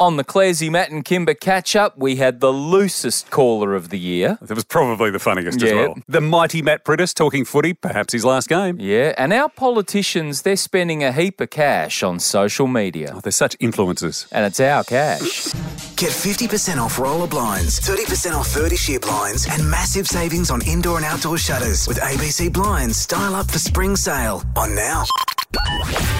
On the Clarzy, Matt and Kimber catch up, we had the loosest caller of the year. That was probably the funniest as Yeah. well. The mighty Matt Prittis talking footy, perhaps his last game. Yeah, and our politicians, they're spending a heap of cash on social media. Oh, they're such influencers. And it's our cash. Get 50% off roller blinds, 30% off 30 shear blinds, and massive savings on indoor and outdoor shutters with ABC Blinds. Style up for spring sale on now.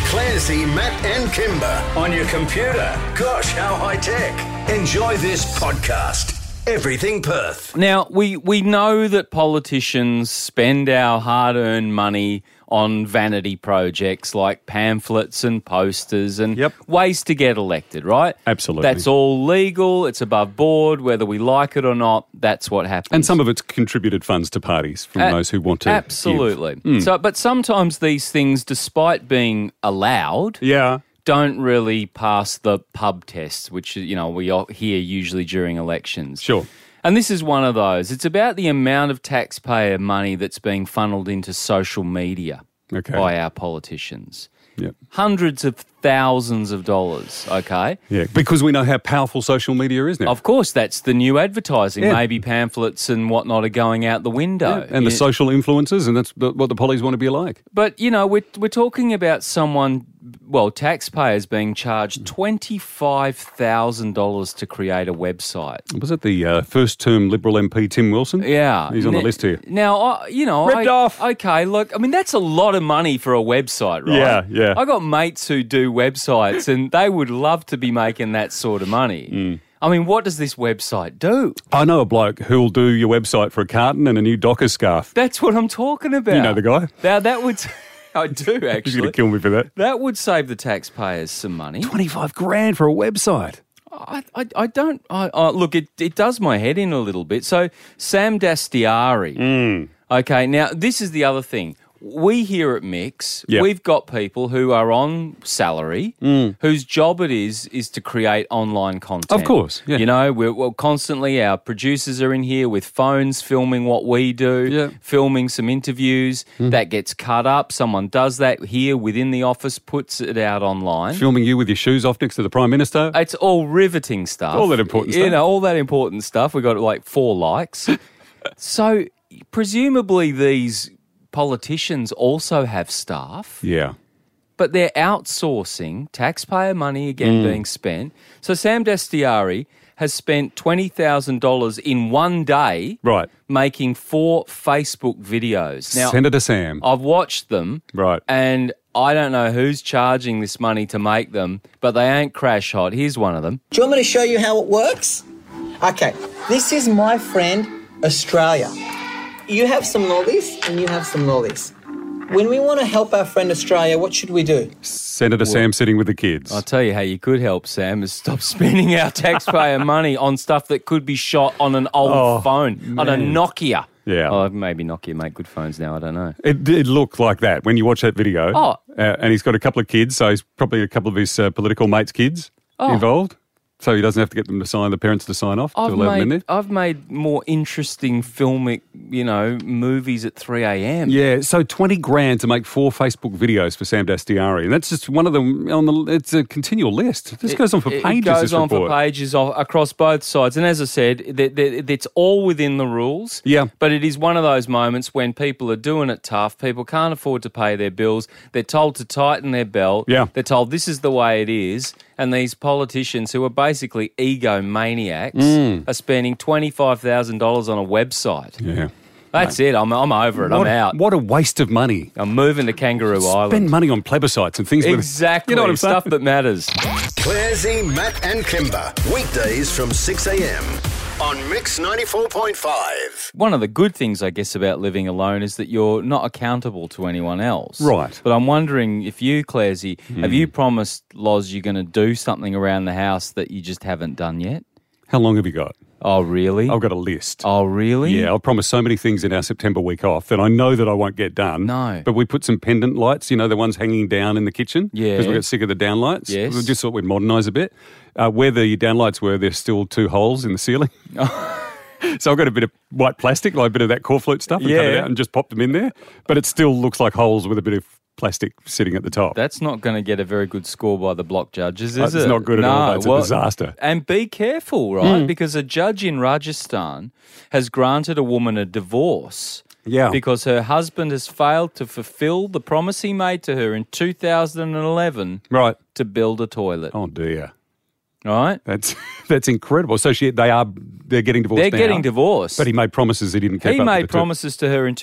Classy, Matt and Kimber on your computer. Gosh, how high tech. Enjoy this podcast. Everything Perth. Now, we, we know that politicians spend our hard earned money on vanity projects like pamphlets and posters and Yep. ways to get elected, right? Absolutely. That's all legal, it's above board, whether we like it or not, that's what happens. And some of it's contributed funds to parties from A- those who want to. give. Mm. Absolutely. So, but sometimes these things, despite being allowed, Yeah. don't really pass the pub test, which you know we all hear usually during elections. Sure. And this is one of those. It's about the amount of taxpayer money that's being funneled into social media Okay. by our politicians. Yeah. Hundreds of thousands of dollars, okay? Yeah. Because we know how powerful social media is now. Of course, that's the new advertising. Yeah. Maybe pamphlets and whatnot are going out the window. Yeah, and the You- social influencers, and that's the- what the pollies want to be like. But you know, we're we're talking about someone, well, taxpayers being Mm. charged twenty five thousand dollars to create a website. Was it the uh, first term Liberal MP Tim Wilson? Yeah, He's on the N- list here. Now, I, you know, I- Ripped off. Okay, look, I mean, that's a lot of money for a website, right? Yeah, yeah. I got mates who do websites, and they would love to be making that sort of money. Mm. I mean, what does this website do? I know a bloke who'll do your website for a carton and a new Docker scarf. That's what I'm talking about. You know the guy. Now that would, I do He's going actually. to kill me for that. That would save the taxpayers some money. 25 grand for a website. I, I, I don't. I, I, look, it, it does my head in a little bit. So, Sam Dastiari. Hmm. Okay, now this is the other thing. We here at Mix, Yeah. Hmm. we've got people who are on salary, whose job it is is to create online content. Of course, yeah. You know, we're, we're constantly our producers are in here with phones filming what we do, Yeah. Hmm. filming some interviews that gets cut up. Someone does that here within the office, puts it out online. Filming you with your shoes off next to the Prime Minister. It's all riveting stuff. All that important you stuff. know, all that important stuff. We got like four likes. so presumably these politicians also have staff, yeah. but they're outsourcing taxpayer money again Mm. being spent. So Sam Dastiari has spent twenty thousand dollars in one day Right. making four Facebook videos. Now Senator Sam. I've watched them. Right. And I don't know who's charging this money to make them, but they ain't crash hot. Here's one of them. Do you want me to show you how it works? Okay, this is my friend Australia. You have some lollies and you have some lollies. When we want to help our friend Australia, what should we do? Senator Sam sitting with the kids. I'll tell you how you could help, Sam, is stop spending our taxpayer money on stuff that could be shot on an old Oh, phone, on a Nokia. Yeah. Oh, maybe Nokia make good phones now. I don't know. It did look like that when you watch that video. Oh. Uh, and he's got a couple of kids, so he's probably a couple of his uh, political mates' kids involved. So he doesn't have to get them to sign, the parents to sign off to Oh. I've allow them in made, there. I've made more interesting filmic, you know, movies at 3 a.m. Yeah, so 20 grand to make four Facebook videos for Sam Dastiari. And that's just one of them on the it's a continual list. This goes on for It- pages It goes this on report. for pages o- across both sides, and as I said, th- th- it's all within the rules. Yeah. but it is one of those moments when people are doing it tough. People can't afford to pay their bills. They're told to tighten their belt. Yeah. they're told this is the way it is, and these politicians who are basically egomaniacs are spending twenty five thousand dollars on a website. Mm. Yeah. That's it. I'm I'm over it. What, I'm out. what a waste of money. I'm moving to Kangaroo Spend Island. money on plebiscites and things. with- Exactly. You know what I'm Stuff saying? that matters. Classy, Matt and Kimber. Weekdays from 6 a.m. on Mix 94.5. one of the good things, I guess, about living alone is that you're not accountable to anyone else. Right. Hmm. But I'm wondering if you, Clairsy, have you promised Loz you're going to do something around the house that you just haven't done yet? How long have you got? Oh, really? I've got a list. Oh, really? Yeah, I've promised so many things in our September week off that I know that I won't get done. No. But we put some pendant lights, you know, the ones hanging down in the kitchen. Yeah. Because we got sick of the down lights. Yes. We just Oh. thought we'd modernise a bit. Uh, where the down lights were, there's still two holes in the ceiling. So I've got a bit of white plastic, like a bit of that core flute stuff, and cut it Yeah. out and just pop them in there. But it still looks like holes with a bit of plastic sitting at the top. That's not going to get a very good score by the block judges, is Uh, It's it? not good at all. That's a disaster. Hmm. And be careful, right? Because a judge in Rajasthan has granted a woman a divorce. Yeah. Because her husband has failed to fulfill the promise he made to her in 2011 right. to build a toilet. Oh dear. Right? That's that's incredible. So she, they are they're getting divorced. They're now. getting divorced. But he made promises he didn't keep he up with made the two- promises to her in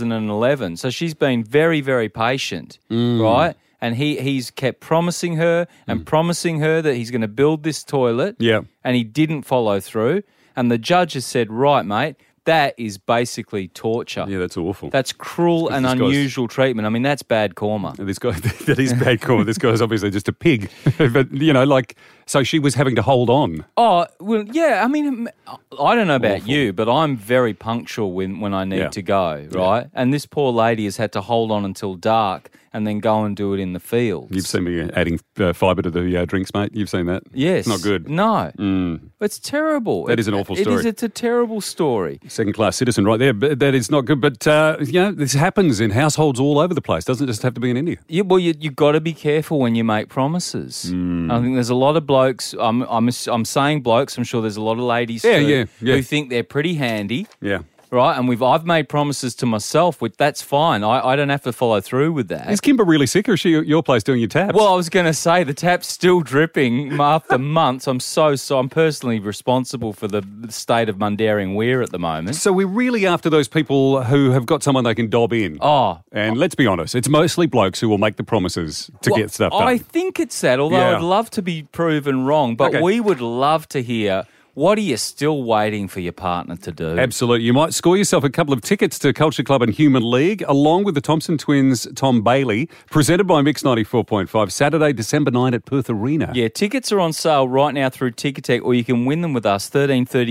2011 so she's been very very patient Mm. right and he he's kept promising her and promising her that he's going to build this toilet Yeah. and he didn't follow through and the judge has said right mate that is basically torture Yeah, that's awful. that's cruel and this guy's- unusual treatment i mean that's bad karma And This guy, that is bad call. This guy's obviously just a pig. but, you know, like, so she was having to hold on. Oh well, yeah. I mean, I don't know about you, but I'm very punctual when when I need Yeah. to go, right? And this poor lady has had to hold on until dark and then go and do it in the fields. You've seen me adding uh, fibre to the uh, drinks, mate. You've seen that. yes, It's not good. Mm. No, it's terrible. That It- is an awful It is. story. It's a terrible story. Second class citizen right there. But that is not good. But, uh, you know, this happens in households all over the place. Doesn't just have to be in India. Yeah, well, you you got to be careful when you make promises. Mm. I think there's a lot of blokes. I'm I'm ass- I'm saying blokes. I'm sure there's a lot of ladies Yeah, too, yeah, yeah. who think they're pretty handy. Yeah. Right, and we've I've made promises to myself, which that's fine. I, I don't have to follow through with that. Is Kimber really sick or is she at your place doing your tabs? Well, I was going to say the tap's still dripping m- after months. I'm so so. I'm personally responsible for the the state of Mundaring Weir at the moment. so we're really after those people who have got someone they can dob in. Oh. And let's be honest, it's mostly blokes who will make the promises to Well, get stuff done. I think it's that. Although Yeah. I'd love to be proven wrong, but Okay. we would love to hear what are you still waiting for your partner to do? Absolutely. You might score yourself a couple of tickets to Culture Club and Human League, along with the Thompson Twins' Tom Bailey, presented by Mix 94.5, Saturday, December 9 at Perth Arena. Yeah, tickets are on sale right now through Ticketek, or you can win them with us,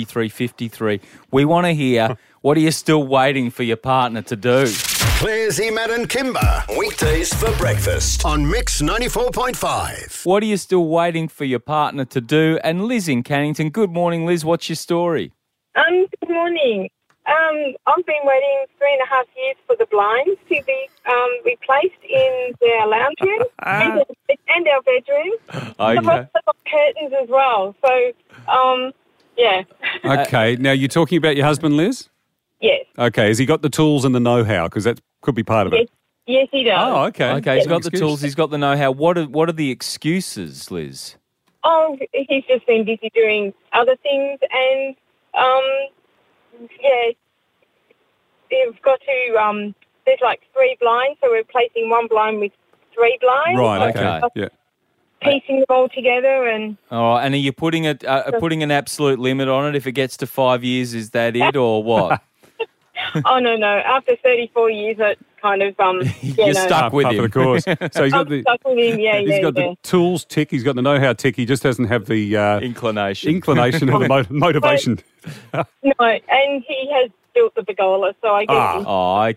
133353. We want to hear what are you still waiting for your partner to do? Claire's Matt and Kimber. Weekdays for breakfast on Mix 94.5. What are you still waiting for your partner to do? And Liz in Cannington, good morning, Liz. What's your story? Um, good morning. Um, I've been waiting three and a half years for the blinds to be um, replaced in their lounge room and, and our bedroom. Some of Okay. them are curtains as well. So, um, yeah, uh, Okay. Now, you're talking about your husband, Liz? yes, Okay. Has he got the tools and the know how? Because that could be part of yes, it. yes, he does. Oh, okay. Okay, he's got the Excuse. tools, he's got the know how. What are, what are the excuses, Liz? Oh, he's just been busy doing other things, and um, yeah, they've got to. Um, there's like three blinds, so we're replacing one blind with three blinds. Right. Okay. Okay. Yeah. piecing them all together and All right, and are you putting, a, uh, putting an absolute limit on it? If it gets to five years, is that it or what? oh no no after 34 years it's kind of um you You're know, stuck with Part him. Ah, of the course. So he's got I'm the. stuck with him yeah yeah He's got yeah. the tools tick. He's got the know-how tick. He just doesn't have the uh, Inclination. inclination or the mo- motivation. no and he has built the pergola so I guess Ah. he's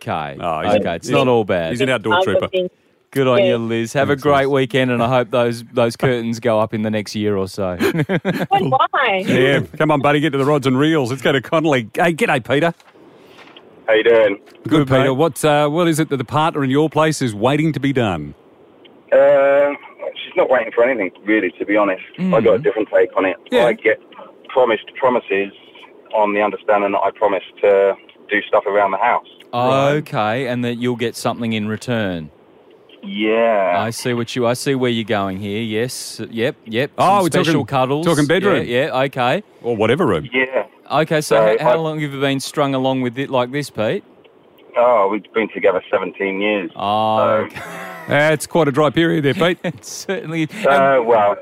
Oh, okay. Oh, he's- okay, it's not all bad. He's an outdoor part of trooper. things. Good on Yeah. you, Liz. Have a great weekend, and I hope those those curtains go up in the next year or so. But why Yeah, come on, buddy, get to the rods and reels. Let's go to Connolly. Hey, g'day, Peter. How you doing? Good, mate. Peter. What uh, what is it that the partner in your place is waiting to be done? Uh, she's not waiting for anything, really, to be honest. I got a different take on it. Yeah. I get promised promises on the understanding that I promised to do stuff around the house. okay, and that you'll get something in return. Yeah. I see what you. I see where you're going here. Yes. Yep. Yep. Oh, Some we're talking- special cuddles. talking bedroom. Yeah. yeah, okay. Or whatever room. yeah. Okay. So, No, h- how I- long have you been strung along with it like this, Pete? Oh, we've been together 17 years. Oh, okay. Uh, it's quite a dry period there, Pete. certainly. So, And, uh, well,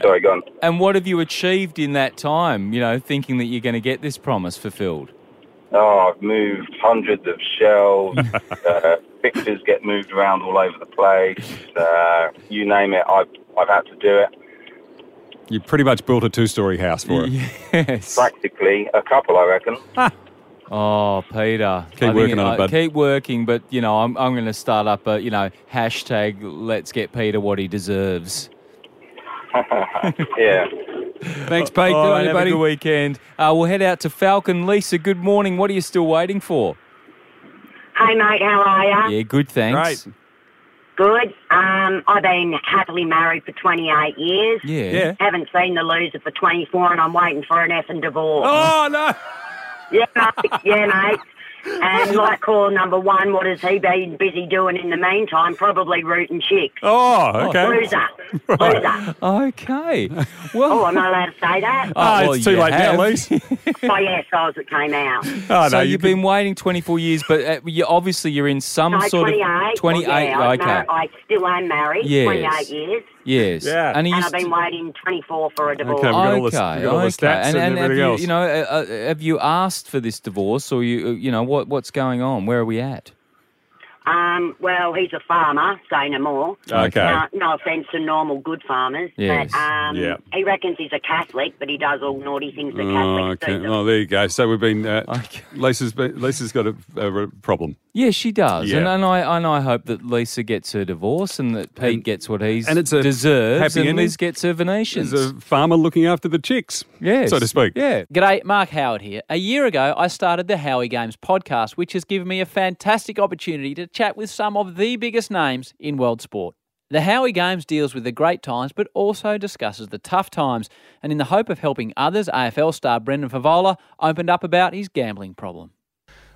sorry, go on. and what have you achieved in that time? You know, thinking that you're going to get this promise fulfilled. Oh, I've moved hundreds of shelves. uh, pictures get moved around all over the place. Uh, you name it, I've, I've had to do it. you pretty much built a two story house for it. Yes. Practically a couple, I reckon. Oh, Peter. Keep I working on it, I- bud. Keep working, but, you know, I'm, I'm going to start up a, you know, hashtag let's get Peter what he deserves. Yeah. Thanks, Pete. All Good on right, you, have buddy. a good weekend. Uh, we'll head out to Falcon. Lisa, good morning. What are you still waiting for? Hey mate, how are ya? Yeah, good, thanks. Great. Good. Um, I've been happily married for 28 years. Yeah. Yeah. Haven't seen the loser for 24 and I'm waiting for an effing divorce. Oh, no. Yeah, mate. Yeah, mate. And like call number one, what has he been busy doing in the meantime? Probably rooting chicks. Oh, okay. Loser. Loser. Okay. Oh, Well, am I allowed to say that? Oh, Ah, well, it's too you late have. now, Lise. oh, yeah, so as it came out. so Oh, no, you've could- been waiting 24 years, but uh, you, obviously you're in some No, sort 28. of 28. Well, yeah, I, okay. mar- I still am married, Yes. 28 years. yes. Yeah. And, are you And I've st- been waiting 24 for a divorce. Okay, we've got all the, okay, we've got all the okay. stats and, have everything you, else. you know, uh, uh, have you asked for this divorce, or you, uh, you know, what what's going on? Where are we at? Um, well, he's a farmer, say no more. Okay. Now, no offence to normal good farmers, Yes. but um, Yeah. he reckons he's a Catholic, but he does all naughty things that Oh, Catholics okay. do. Oh, there you go. So we've been. Uh, Okay. Lisa's, been, Lisa's got a, a re- problem. Yeah, she does, Yeah. and, and I and I hope that Lisa gets her divorce, and that Pete gets what he's and it's a deserves, happy and ending. Liz gets her Venetians. There's a farmer looking after the chicks, yes, so to speak. Yeah, G'day, Mark Howard here. A year ago, I started the Howie Games podcast, which has given me a fantastic opportunity to chat with some of the biggest names in world sport. The Howie Games deals with the great times, but also discusses the tough times. And in the hope of helping others, AFL star Brendan Favola opened up about his gambling problem.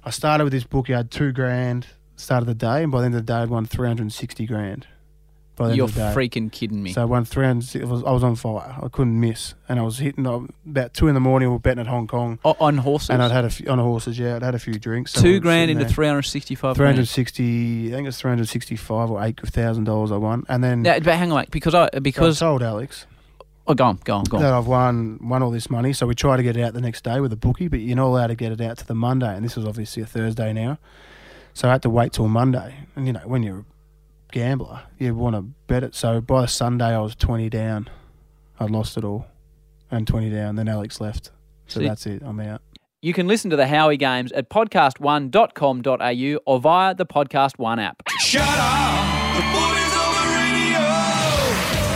I started with this book. You had two grand start of the day, and by the end of the day, I'd won three hundred and sixty grand. By the You're end of the day. freaking kidding me. So I won three hundred. I was, I was on fire. I couldn't miss, and I was hitting uh, about two in the morning. We were betting at Hong Kong, O- on horses? and I'd had a few, on horses. Yeah, I'd had a few drinks. so we two were grand sitting into there. 365 grand. 360 I think it's 365 or 8,000 dollars I won and then Now, but hang on, mate, because I because I told Alex oh, go on, go on, go on. that I've won won all this money so we try to get it out the next day with a bookie but you're not allowed to get it out to the Monday and this was obviously a Thursday now so I had to wait till Monday and you know when you're a gambler you want to bet it so by Sunday I was 20 down I'd lost it all and 20 down then Alex left so See? that's it I'm out You can listen to the Howie Games at podcast1.com.au or via the Podcast One app.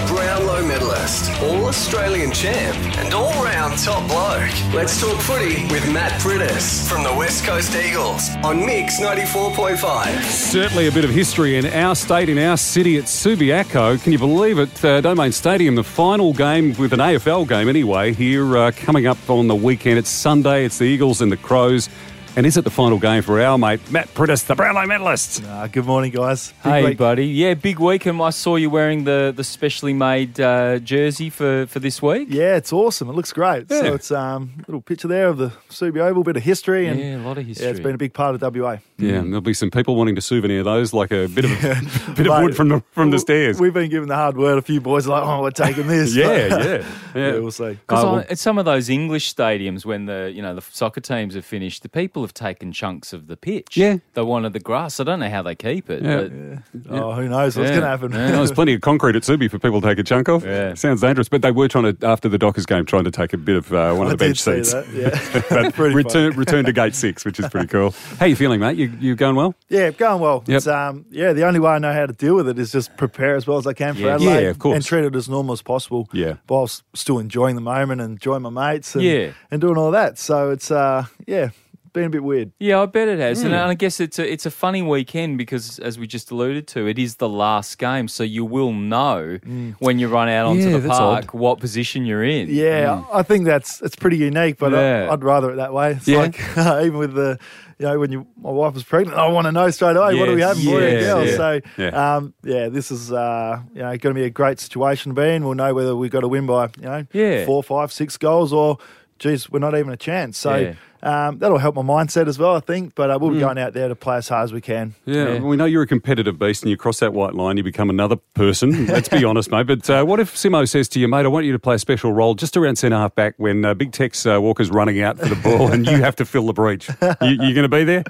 Brownlow medalist, All Australian champ, and all round top bloke. Let's talk footy with Matt Brittis from the West Coast Eagles on Mix 94.5. Certainly a bit of history in our state, in our city. It's Subiaco. Can you believe it? Uh, Domain Stadium, the final game with an AFL game anyway, here uh, coming up on the weekend. It's Sunday. It's the Eagles and the Crows. And is it the final game for our mate, Matt Prittis, the Brownlow medalist? Uh, good morning, guys. hey buddy, yeah, big week, and I saw you wearing the the specially made uh, jersey for for this week. Yeah, it's awesome. It looks great. Yeah. So it's um, a little picture there of the Subi Oval, bit of history, and Yeah, a lot of Yeah, it's history. been a big part of WA. Yeah, and there'll be some people wanting to souvenir those, like a bit of bit of Mate, wood from the from the we- stairs. We've been given the hard word. A few boys are like, "Oh, we're taking this." yeah, But- yeah, yeah, yeah. we'll see. Because Oh, well- at some of those English stadiums, when the you know the soccer teams have finished, the people have taken chunks of the pitch. Yeah. they wanted the grass. I don't know how they keep it. Yeah. But Oh, who knows what's Yeah. going to happen? Yeah, there's plenty of concrete at Subi for people to take a chunk off. Yeah. Sounds dangerous, but they were trying to after the Dockers game trying to take a bit of uh, one I of the bench did see seats. that. Yeah, but Pretty return return to gate six, which is pretty cool. How you feeling, mate? You you going well? yeah, going well. Yep. It's, um, yeah, the only way I know how to deal with it is just prepare as well as I can for Yeah. Adelaide, Yeah, of course. and treat it as normal as possible. Yeah. whilst still enjoying the moment and enjoying my mates. And, Yeah. and doing all that. So it's uh, yeah, been a bit weird. yeah, I bet it has. Hmm. And I guess it's a it's a funny weekend because, as we just alluded to, it is the last game, so you will know when you run out onto Hmm. Yeah, the that's park odd. what position you're in. Mm. Yeah, I think that's it's pretty unique, but Yeah. I, I'd rather it that way. It's Yeah. like even with the, you know, when you, my wife was pregnant, I want to know straight away what do we Yes, have for yes, a girl. yeah. So Yeah. yeah. Um, yeah, this is uh, you know going to be a great situation to be in. We'll know whether we've got to win by you know Yeah. four, five, six goals or. Geez, we're not even a chance. So Yeah. um, that'll help my mindset as well, I think. But uh, we'll be Mm. going out there to play as hard as we can. Yeah, we know you're a competitive beast, and you cross that white line, you become another person. Let's be honest, mate. But uh, what if Simo says to you, mate, I want you to play a special role just around centre half back when uh, Big Tex uh, Walker's running out for the ball, and you have to fill the breach? You, you going to be there?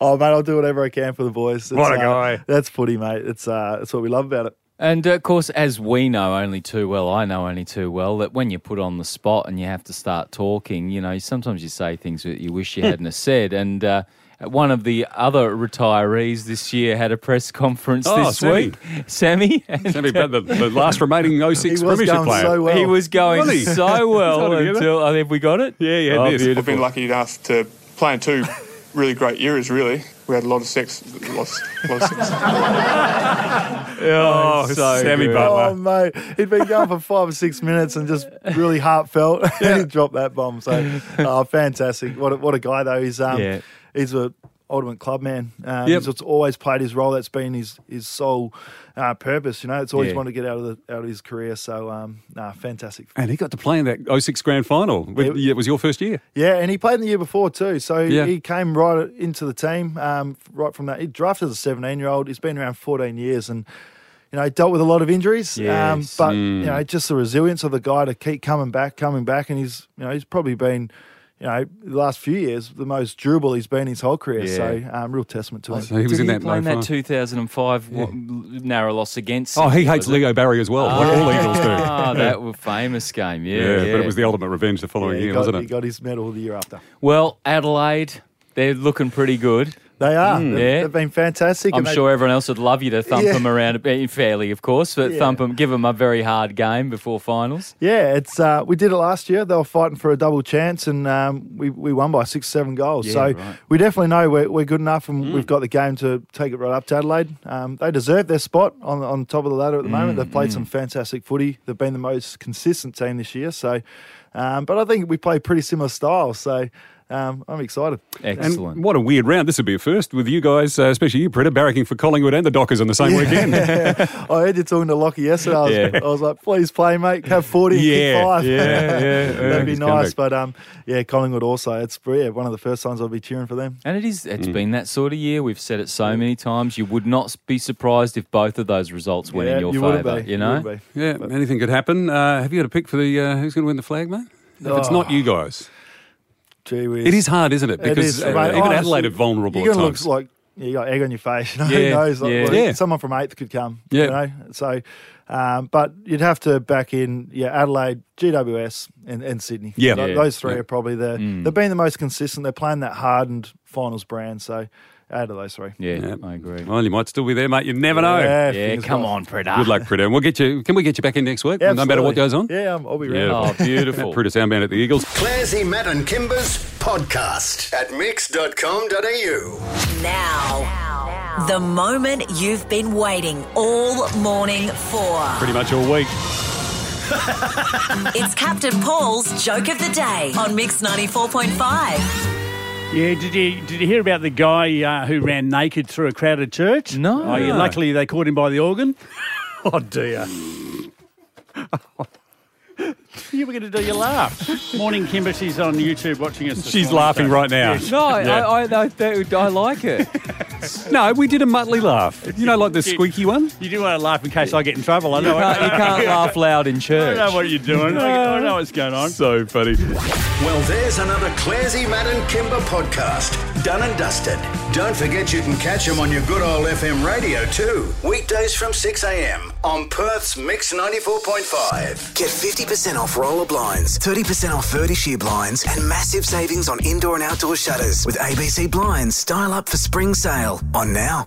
Oh, mate, I'll do whatever I can for the boys. It's, What a uh, guy. That's footy, mate. It's uh, it's what we love about it. And uh, of course, as we know only too well, I know only too well that when you're put on the Hmm. spot and you have to start talking, you know, sometimes you say things that you wish you hadn't have said, and uh, one of the other retirees this year had a press conference Oh, this Sammy. week. Sammy. And, Sammy Brad, the, the last remaining 06 He was premiership going player. so well. He was going Was he? so well Sorry to hear that. until- I think we got it. Yeah, yeah. Oh, beautiful. I've been lucky enough to play in two really great years, really. We had a lot of sex. Lots, lot of sex. Oh, so Sammy good. Oh, Um, mate. He'd been going for five or six minutes and just really heartfelt. and he dropped that bomb. So, oh, fantastic. What a, what a guy, though. He's um, Yeah. he's a ultimate club man. Um, Yep. He's just always played his role. That's been his, his sole uh, purpose, you know. It's always Yeah. wanted to get out of, the, out of his career. So, um, nah, fantastic. And he got to play in that 06 grand final. With, yeah, it was your first year. Yeah, and he played in the year before too. So Yeah. he came right into the team um, right from that. He drafted as a 17 year old. He's been around 14 years and, you know, he dealt with a lot of injuries. Um, Yes. but, Mm. you know, just the resilience of the guy to keep coming back, coming back. And he's, you know, he's probably been, you know, the last few years, the most durable he's been his whole career. So um, real testament to him. Did he play in that 2005 wa- narrow loss against. Oh, he Sydney, hates was it? Leo Barry as well, Oh, like all Eagles do. Ah, that was famous game. Yeah, Yeah, yeah. but it was the ultimate revenge the following Yeah, he year, got- wasn't he it? got his medal the year after. Well, Adelaide, they're looking pretty good. They are. Mm. They've, Yeah. they've been fantastic. I'm and they- sure everyone else would love you to thump Yeah. them around a bit, fairly, of course, but Yeah. thump them, give them a very hard game before finals. Yeah, it's uh, we did it last year. They were fighting for a double chance, and um, we we won by six, seven goals. Yeah, so right. we definitely know we're, we're good enough, and Mm. we've got the game to take it right up to Adelaide. Um, they deserve their spot on on top of the ladder at the Mm, moment. They've played some fantastic footy. They've been the most consistent team this year. So, um, but I think we play pretty similar styles. So um, I'm excited. And what a weird round. This would be a first with you guys, uh, especially you, Predator, barracking for Collingwood and the Dockers on the same weekend. I heard you talking to Lockie yesterday. I was, Yeah. I was like, please play, mate. Have 40 and Yeah, kick five. yeah, yeah. That'd be He's come nice. back. But um, yeah, Collingwood also. It's yeah, one of the first times I'll be cheering for them. And it is, it's been that sort of year. We've said it so many times. You would not be surprised if both of those results went in your favour, you know? Yeah, anything could happen. Uh, have you had a pick for the uh, who's going to win the flag, mate? If it's not Oh. you guys. Gee whiz. It is hard, isn't it? It Because is, uh, mate. even Honestly, Adelaide are vulnerable You're at going to times. look like you got egg on your face. You know, Yeah, Who knows? Like, yeah. like, Yeah. Someone from eighth could come. Yeah. You know? So, um, but you'd have to back in, yeah, Adelaide, GWS, and, and Sydney. Yeah. Th- Yeah. Those three Yeah. are probably the, Mm. they've been the most consistent. They're playing that hardened finals brand. So, out of those three. Mm. Yeah, I agree. Well, you might still be there, mate. You never know. Yeah, Yeah, fingers come crossed. on, Predator. Good luck, Predator. We'll get you. Can we get you back in next week? No matter what goes on. Yeah, um, I'm- I'll be ready. Oh, Predator soundband at the Eagles. Clarsy, Matt and Kimber's podcast at mix.com.au. Now. The moment you've been waiting all morning for. Pretty much all week. it's Captain Paul's joke of the day on Mix 94.5. Yeah, did you did you hear about the guy uh, who ran naked through a crowded church? No. Oh, yeah, luckily they caught him by the organ. oh dear. you were going to do your laugh. Morning, Kimber. She's on YouTube watching us. this She's morning, laughing so- right now. Yeah, she- No, I- yeah. I, I, I, I like it. No, we did a mutley laugh. You know, like the You- squeaky one. You do want to laugh in case I get in trouble. I You know. can't- you can't laugh loud in church. I know what you're doing. I, I know what's going on. So funny. Well, there's another Clarsy, Matt and Kimber podcast. Done and dusted. Don't forget you can catch them on your good old FM radio too. Weekdays from 6am on Perth's Mix 94.5. Get 50% off roller blinds, 30% off 30 shear blinds, and massive savings on indoor and outdoor shutters with ABC Blinds. Style up for spring sale. On now.